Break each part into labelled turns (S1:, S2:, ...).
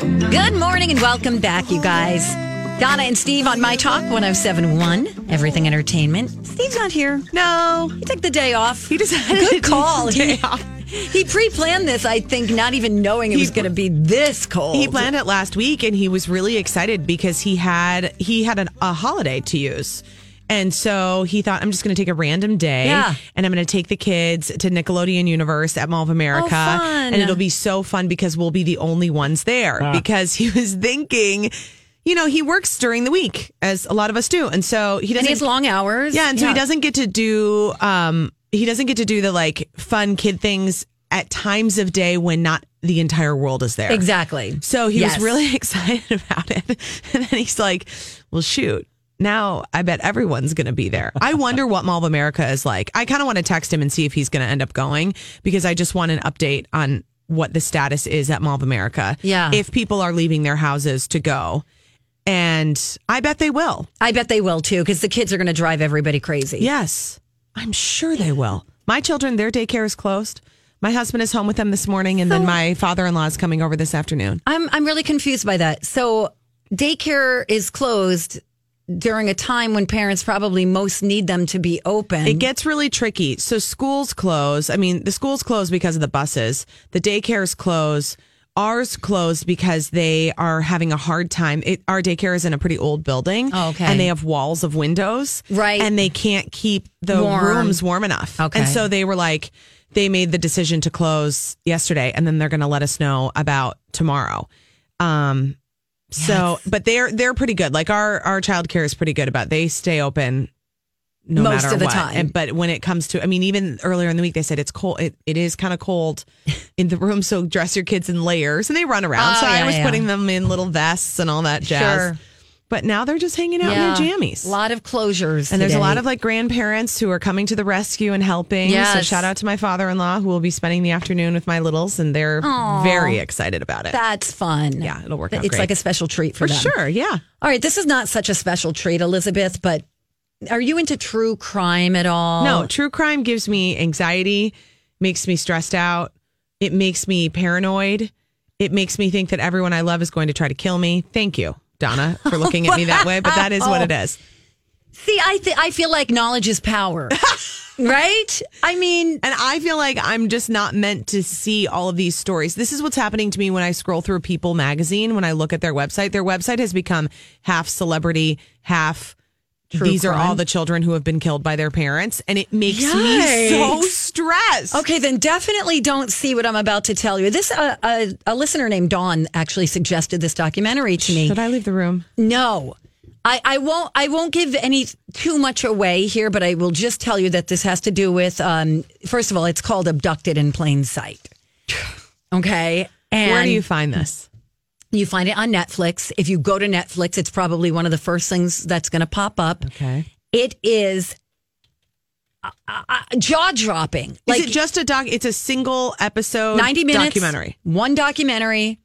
S1: Good morning and welcome back, you guys. Donna and Steve on My Talk 1071, Everything Entertainment. Steve's not here.
S2: No.
S1: He took the day off.
S2: He decided to
S1: Good
S2: take
S1: call.
S2: the day
S1: he,
S2: off.
S1: he pre-planned this, I think, not even knowing it was going to be this cold.
S2: He planned it last week and he was really excited because he had he had an, a holiday to use. And so he thought, I'm just going to take a random day
S1: Yeah.
S2: and I'm going to take the kids to Nickelodeon Universe at Mall of America.
S1: Oh, fun.
S2: And it'll be so fun because we'll be the only ones there because he was thinking, you know, he works during the week as a lot of us do. And so he
S1: and
S2: doesn't
S1: he has long hours.
S2: Yeah, and so he doesn't get to do um he doesn't get to do the like fun kid things at times of day when not the entire world is there.
S1: Exactly.
S2: So he
S1: Yes.
S2: was really excited about it. And then he's like, Well shoot. Now I bet everyone's going to be there. I wonder what Mall of America is like. I kind of want to text him and see if he's going to end up going because I just want an update on what the status is at Mall of America.
S1: Yeah.
S2: If people are leaving their houses to go. And I bet they will.
S1: I bet they will too, because the kids are going to drive everybody crazy.
S2: Yes, I'm sure they will. My children, their daycare is closed. My husband is home with them this morning, and then my father in law is coming over this afternoon.
S1: I'm I'm really confused by that. So daycare is closed during a time when parents probably most need them to be open.
S2: It gets really tricky. So schools close. I mean, the schools close because of the buses. The daycares close. Ours closed because they are having a hard time. It, our daycare is in a pretty old building.
S1: Oh, okay.
S2: And they have walls of windows.
S1: Right.
S2: And they can't keep the
S1: Warm.
S2: rooms warm enough.
S1: Okay.
S2: And so they were like, they made the decision to close yesterday and then they're going to let us know about tomorrow. Um, so, but they're, they're pretty good. Like our, our childcare is pretty good about, they stay open no
S1: Most
S2: matter
S1: of the
S2: what.
S1: time.
S2: And- but when it comes to, I mean, even earlier in the week, they said it's cold. It, it is kind of cold in the room, so dress your kids in layers, and they run around.
S1: Oh,
S2: so
S1: yeah,
S2: I was
S1: yeah.
S2: putting them in little vests and all that jazz.
S1: Sure.
S2: But now they're just hanging out in their jammies.
S1: A lot of closures.
S2: and there's a
S1: today.
S2: lot of like grandparents who are coming to the rescue and helping. So
S1: Yes.
S2: shout out to my father-in-law who will be spending the afternoon with my littles, and they're very excited about it.
S1: that's fun.
S2: Yeah, it'll work
S1: It's
S2: out great.
S1: like a special treat for,
S2: for
S1: them.
S2: sure, yeah.
S1: All right, this is not such a special treat, Elizabeth, but are you into true crime at all?
S2: No, true crime gives me anxiety, makes me stressed out. It makes me paranoid. It makes me think that everyone I love is going to try to kill me. Thank you, Donna, for looking at me that way, but that is what it
S1: Oh.
S2: is.
S1: See, I th- I feel like knowledge is power. right? I mean,
S2: And I feel like I'm just not meant to see all of these stories. This is what's happening to me when I scroll through People magazine, when I look at their website. Their website has become half celebrity, half
S1: True
S2: these are
S1: crime.
S2: all the children who have been killed by their parents. And it makes me
S1: Yikes.
S2: so stressed.
S1: Okay, then definitely don't see what I'm about to tell you. This uh, a, a listener named Dawn actually suggested this documentary to me.
S2: Should I leave the room?
S1: No. I, I won't I won't give any too much away here, but I will just tell you that this has to do with um, first of all, it's called abducted in plain sight. Okay. And
S2: Where do you find this?
S1: you find it on Netflix. If you go to Netflix, it's probably one of the first things that's gonna pop up.
S2: Okay.
S1: It is uh, uh, jaw dropping.
S2: is it just a doc? It's a single episode
S1: 90 minutes
S2: documentary.
S1: one documentary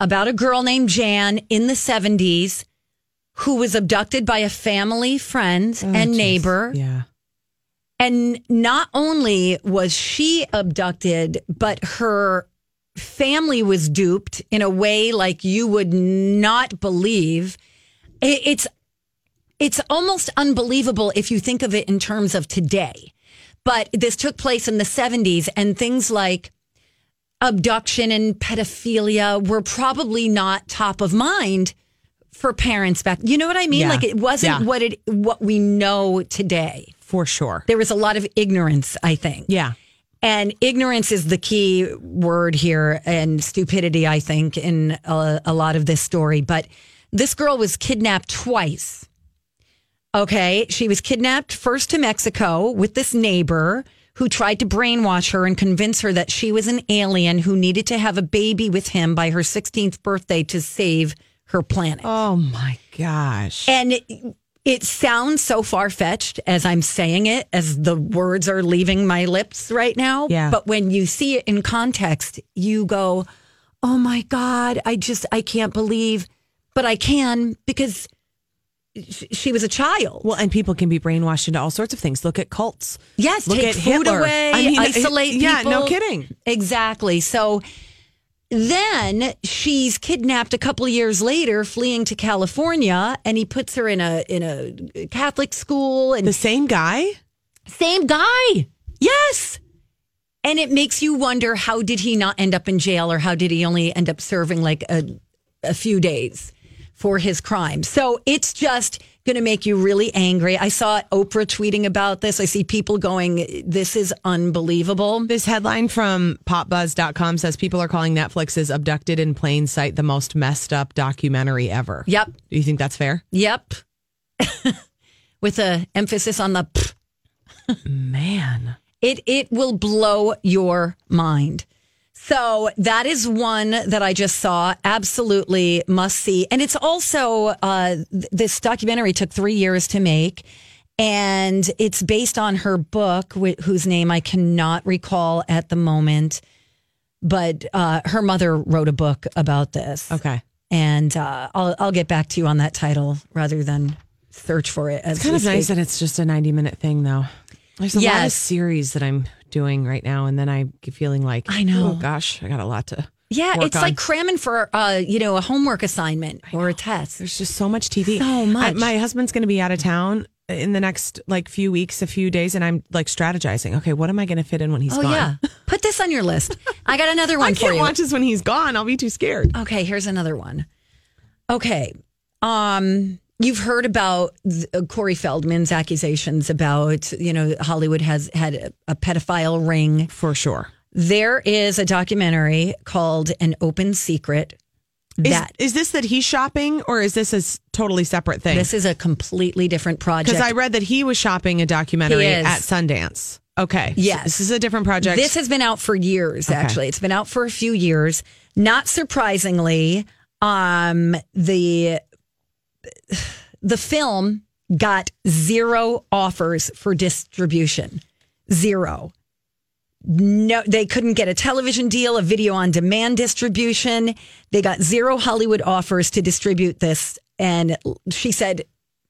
S1: about a girl named jan in the 70s who was abducted by a family friend and neighbor
S2: Oh, Yeah.
S1: and not only was she abducted but her family was duped in a way like you would not believe I- it's it's almost unbelievable if you think of it in terms of today but this took place in the 70s and things like abduction and pedophilia were probably not top of mind for parents back. You know what I mean?
S2: Yeah.
S1: Like it wasn't
S2: Yeah.
S1: what it what we know today.
S2: For sure.
S1: There was a lot of ignorance, I think.
S2: Yeah.
S1: And ignorance is the key word here, and stupidity, I think, in a, a lot of this story. But this girl was kidnapped twice. Okay. She was kidnapped first to Mexico with this neighbor who tried to brainwash her and convince her that she was an alien who needed to have a baby with him by her 16th birthday to save her planet.
S2: Oh my gosh.
S1: And it, it sounds so far fetched as I'm saying it, as the words are leaving my lips right now.
S2: Yeah.
S1: But when you see it in context, you go, oh my God, I just, I can't believe, but I can because sh- she was a child.
S2: well, and people can be brainwashed into all sorts of things. Look at cults.
S1: Yes,
S2: Look
S1: take
S2: at
S1: food
S2: Hitler.
S1: away,
S2: I mean,
S1: isolate
S2: yeah,
S1: people.
S2: no kidding.
S1: Exactly. So Then she's kidnapped a couple years later, fleeing to California, and he puts her in a in a Catholic school and
S2: The same guy?
S1: same guy. Yes. And it makes you wonder how did he not end up in jail or how did he only end up serving like a, a few days for his crime? So it's just going to make you really angry. I saw Oprah tweeting about this. I see people going, this is unbelievable.
S2: This headline from popbuzz.com says people are calling Netflix's Abducted in Plain Sight the most messed up documentary ever.
S1: Yep.
S2: Do you think that's fair?
S1: Yep. With a emphasis on the pff.
S2: Man.
S1: it it will blow your mind. So that is one that I just saw. Absolutely must see. And it's also uh, th- this documentary took three years to make, and it's based on her book, wh- whose name I cannot recall at the moment. But uh, her mother wrote a book about this,
S2: Okay.
S1: and uh, I'll I'll get back to you on that title rather than search for it. As
S2: It's kind
S1: we
S2: of nice
S1: speak.
S2: that it's just a 90 minute thing, though. There's a lot of
S1: Yes.
S2: series that I'm doing right now, and then I'm feeling like,
S1: I know.
S2: oh gosh, I got a lot to.
S1: Yeah,
S2: work
S1: it's like
S2: on.
S1: cramming for uh, you know a homework assignment or a test.
S2: There's just so much TV.
S1: So
S2: I-
S1: much.
S2: my husband's going to be out of town in the next like few weeks, a few days, and I'm like strategizing. Okay, what am I going to fit in when he's
S1: Oh
S2: gone?
S1: yeah, put this on your list. I got another one
S2: I
S1: for
S2: can't
S1: you. Uh,
S2: watch this when he's gone. I'll be too scared.
S1: okay, here's another one. Okay, um, you've heard about th- uh, Corey Feldman's accusations about you know Hollywood has had a, a pedophile ring.
S2: For sure.
S1: There is a documentary called "An Open Secret."
S2: Is,
S1: That
S2: is this that he's shopping or is this a s- totally separate thing?
S1: this is a completely different project.
S2: Because I read that he was shopping a documentary
S1: He is.
S2: at Sundance. Okay.
S1: Yes.
S2: this is a different project.
S1: This has been out for years, actually. It's been out for a few years. Not surprisingly, um, the the film got zero offers for distribution. Zero. No, they couldn't get a television deal, a video on demand distribution. They got zero Hollywood offers to distribute this. And she said,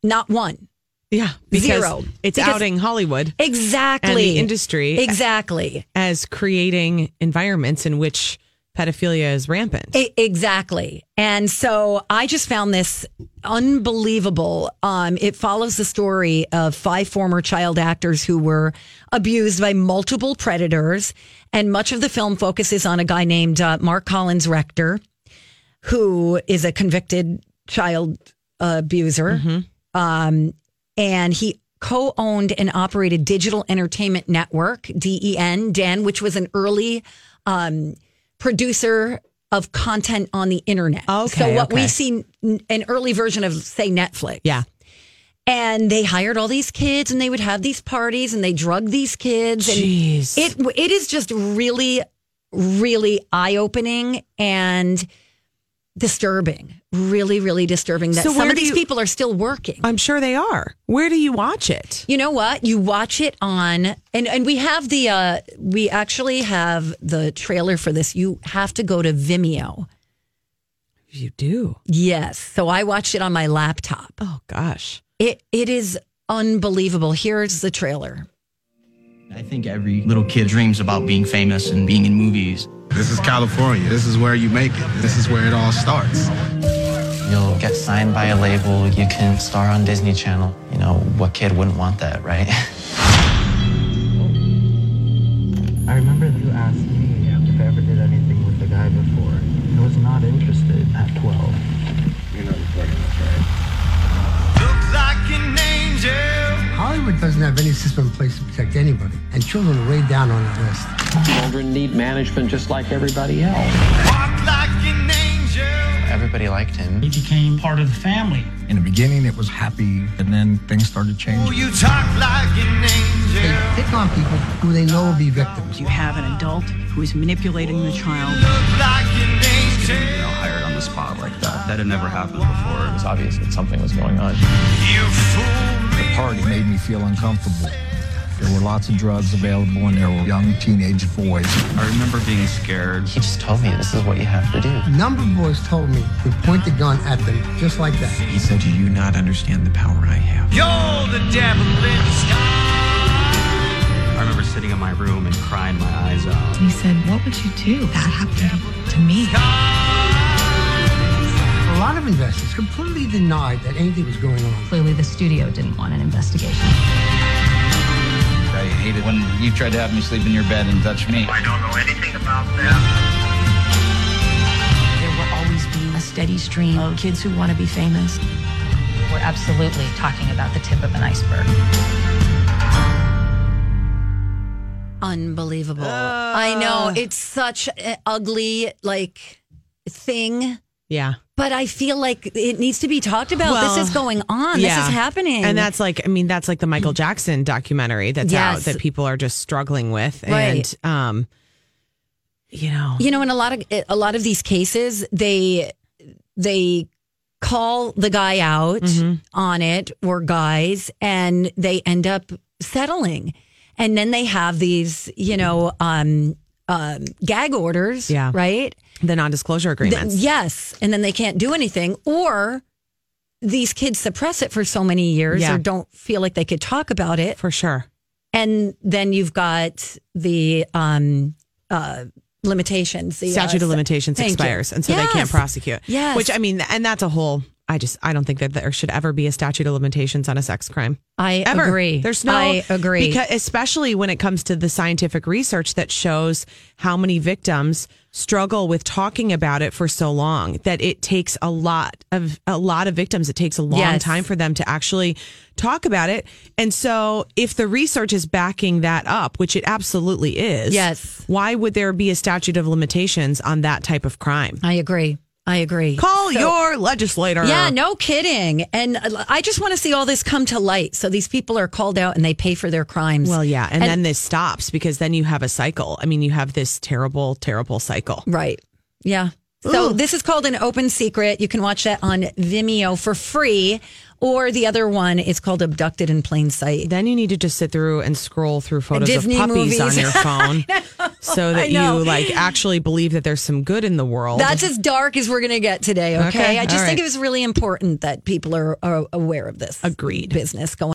S1: not one.
S2: yeah. Because
S1: Zero.
S2: It's
S1: Because-
S2: outing Hollywood
S1: Exactly.
S2: and the industry
S1: Exactly.
S2: as creating environments in which pedophilia is rampant.
S1: E- exactly. And so I just found this unbelievable. Um, it follows the story of five former child actors who were abused by multiple predators. And much of the film focuses on a guy named uh, Mark Collins Rector, who is a convicted child abuser.
S2: Mm-hmm.
S1: Um, and he co owned and operated Digital Entertainment Network, DEN, DEN, which was an early um, producer of content on the internet.
S2: Okay,
S1: So, what
S2: okay.
S1: we see n- an early version of, say, Netflix.
S2: yeah.
S1: And they hired all these kids and they would have these parties and they drugged these kids. And
S2: Jeez.
S1: it it is just really really eye-opening and disturbing really really disturbing that
S2: So
S1: some
S2: where
S1: of
S2: do
S1: these
S2: you-
S1: people are still working
S2: I'm sure they are. Where do you watch it?
S1: you know what you watch it on and and we have the uh we actually have the trailer for this you have to go to vimeo
S2: You do.
S1: yes so i watched it on my laptop
S2: Oh gosh.
S1: it it is unbelievable here's the trailer
S3: I think every little kid dreams about being famous and being in movies.
S4: This is California. This is where you make it. This is where it all starts.
S3: You'll get signed by a label, you can star on Disney Channel. You know, what kid wouldn't want that, right? I remember you asked me if I ever did anything with the guy before. I was not interested at 12.
S5: Looks like an angel.
S6: Hollywood doesn't have any system in place to protect anybody, and children are way down on the list.
S7: Children need management just like everybody else.
S5: Walk like an angel.
S3: Everybody liked him.
S8: became part of the family.
S9: In the beginning, it was happy, and then things started changing.
S5: You talk like an angel.
S6: Pick on people who they know will be victims.
S10: you have an adult who is manipulating the child.
S5: Look like an angel.
S9: Hired on the spot like that.
S3: That had never happened before. It was obvious that something was going on.
S5: You fool me.
S9: Party made me feel uncomfortable. There were lots of drugs available, and there were young teenage boys.
S8: I remember being scared.
S3: He just told me this is what you have to do.
S6: A number of boys told me to point the gun at them just like that.
S3: He said, Do you not understand the power I have?
S5: You're the devil in disguise.
S9: I
S8: I remember sitting in my room and crying my eyes out.
S11: He said, What would you do? That happened to me.
S6: A lot of investors completely denied that anything was going on.
S11: Clearly, the studio didn't want an investigation.
S9: I hate it when you tried to have me sleep in your bed and touch me.
S5: I don't know anything about that.
S11: There will always be a steady stream of kids who want to be famous. We're absolutely talking about the tip of an iceberg.
S1: Unbelievable. I know. It's such an ugly, like, thing.
S2: Yeah.
S1: But I feel like it needs to be talked about.
S2: Well,
S1: this is going on. This is happening.
S2: And that's like, I mean, that's like the Michael Jackson documentary that's
S1: Yes.
S2: out that people are just struggling with.
S1: Right.
S2: And, um, you know,
S1: you know in a lot of a lot of these cases they they call the guy out
S2: Mm-hmm.
S1: on it or guys and they end up settling and then they have these you know um um gag orders
S2: Yeah.
S1: right
S2: the non disclosure
S1: Th-
S2: agreements.
S1: yes and then they can't do anything or these kids suppress it for so many years
S2: Yeah.
S1: or don't feel like they could talk about it
S2: For sure.
S1: and then you've got the um uh limitations the, uh,
S2: Statute of limitations
S1: Thank you.
S2: expires. And so they can't
S1: Yes.
S2: prosecute.
S1: Yes.
S2: Which, I mean, and that's a whole, I just, I don't think that there should ever be a statute of limitations on a sex crime.
S1: I
S2: ever.
S1: agree.
S2: There's no.
S1: I agree.
S2: Because especially when it comes to the scientific research that shows how many victims struggle with talking about it for so long that it takes a lot of a lot of victims. It takes a long
S1: Yes.
S2: time for them to actually talk about it. And so, if the research is backing that up, which it absolutely is,
S1: Yes.
S2: Why would there be a statute of limitations on that type of crime?
S1: I agree. I agree.
S2: Call your legislator.
S1: yeah, no kidding. And I just want to see all this come to light. So these people are called out and they pay for their crimes.
S2: Well, yeah. And, then this stops because then you have a cycle. I mean, you have this terrible, terrible cycle.
S1: Right. Yeah. So this is called an open secret. You can watch that on Vimeo for free, or the other one is called Abducted in Plain Sight.
S2: Then you need to just sit through and scroll through photos
S1: Disney
S2: of puppies
S1: movies.
S2: on your phone so
S1: I
S2: that you
S1: know.
S2: like actually believe that there's some good in the world.
S1: That's as dark as we're going to get today. Okay.
S2: Okay,
S1: I just
S2: all
S1: think
S2: right.
S1: it was really important that people are, are aware of this
S2: Agreed.
S1: business going.